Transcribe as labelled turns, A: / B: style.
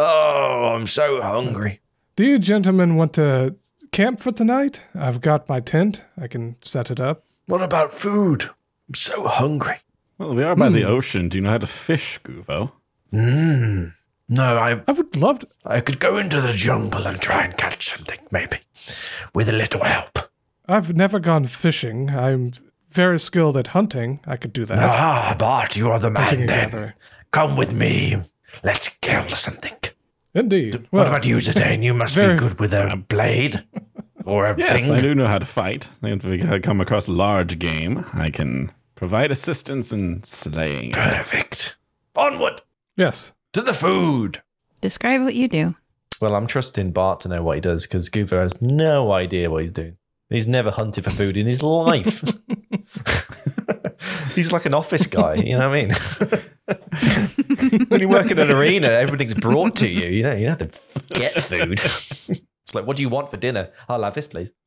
A: Oh, I'm so hungry.
B: Do you gentlemen want to camp for tonight? I've got my tent. I can set it up.
A: What about food? I'm so hungry.
C: Well, we are by the ocean. Do you know how to fish, Guvo?
A: Mmm. No, I
B: I would love to.
A: I could go into the jungle and try and catch something, maybe. With a little help.
B: I've never gone fishing. I'm very skilled at hunting. I could do
C: Uh-huh.
B: that.
A: Ah, Bart, you are the
B: Hunting
A: man
B: and
A: then.
B: gathering.
A: Come with me. Let's kill something.
B: Indeed.
A: what
B: Well,
A: about you, Zidane? You must be
B: very-
A: good with a blade or a
C: Yes,
A: thing.
C: I do know how to fight. If we come across large game, I can provide assistance in slaying. it.
A: Perfect. Onward
B: Yes.
A: to the food.
D: Describe what you do.
E: Well, I'm trusting Bart to know what he does because Guvo has no idea what he's doing. He's never hunted for food in his life. he's like an office guy, you know what I mean? when you work in an arena, everything's brought to you. You know, you don't have to get food. it's like, what do you want for dinner? I'll have this, please.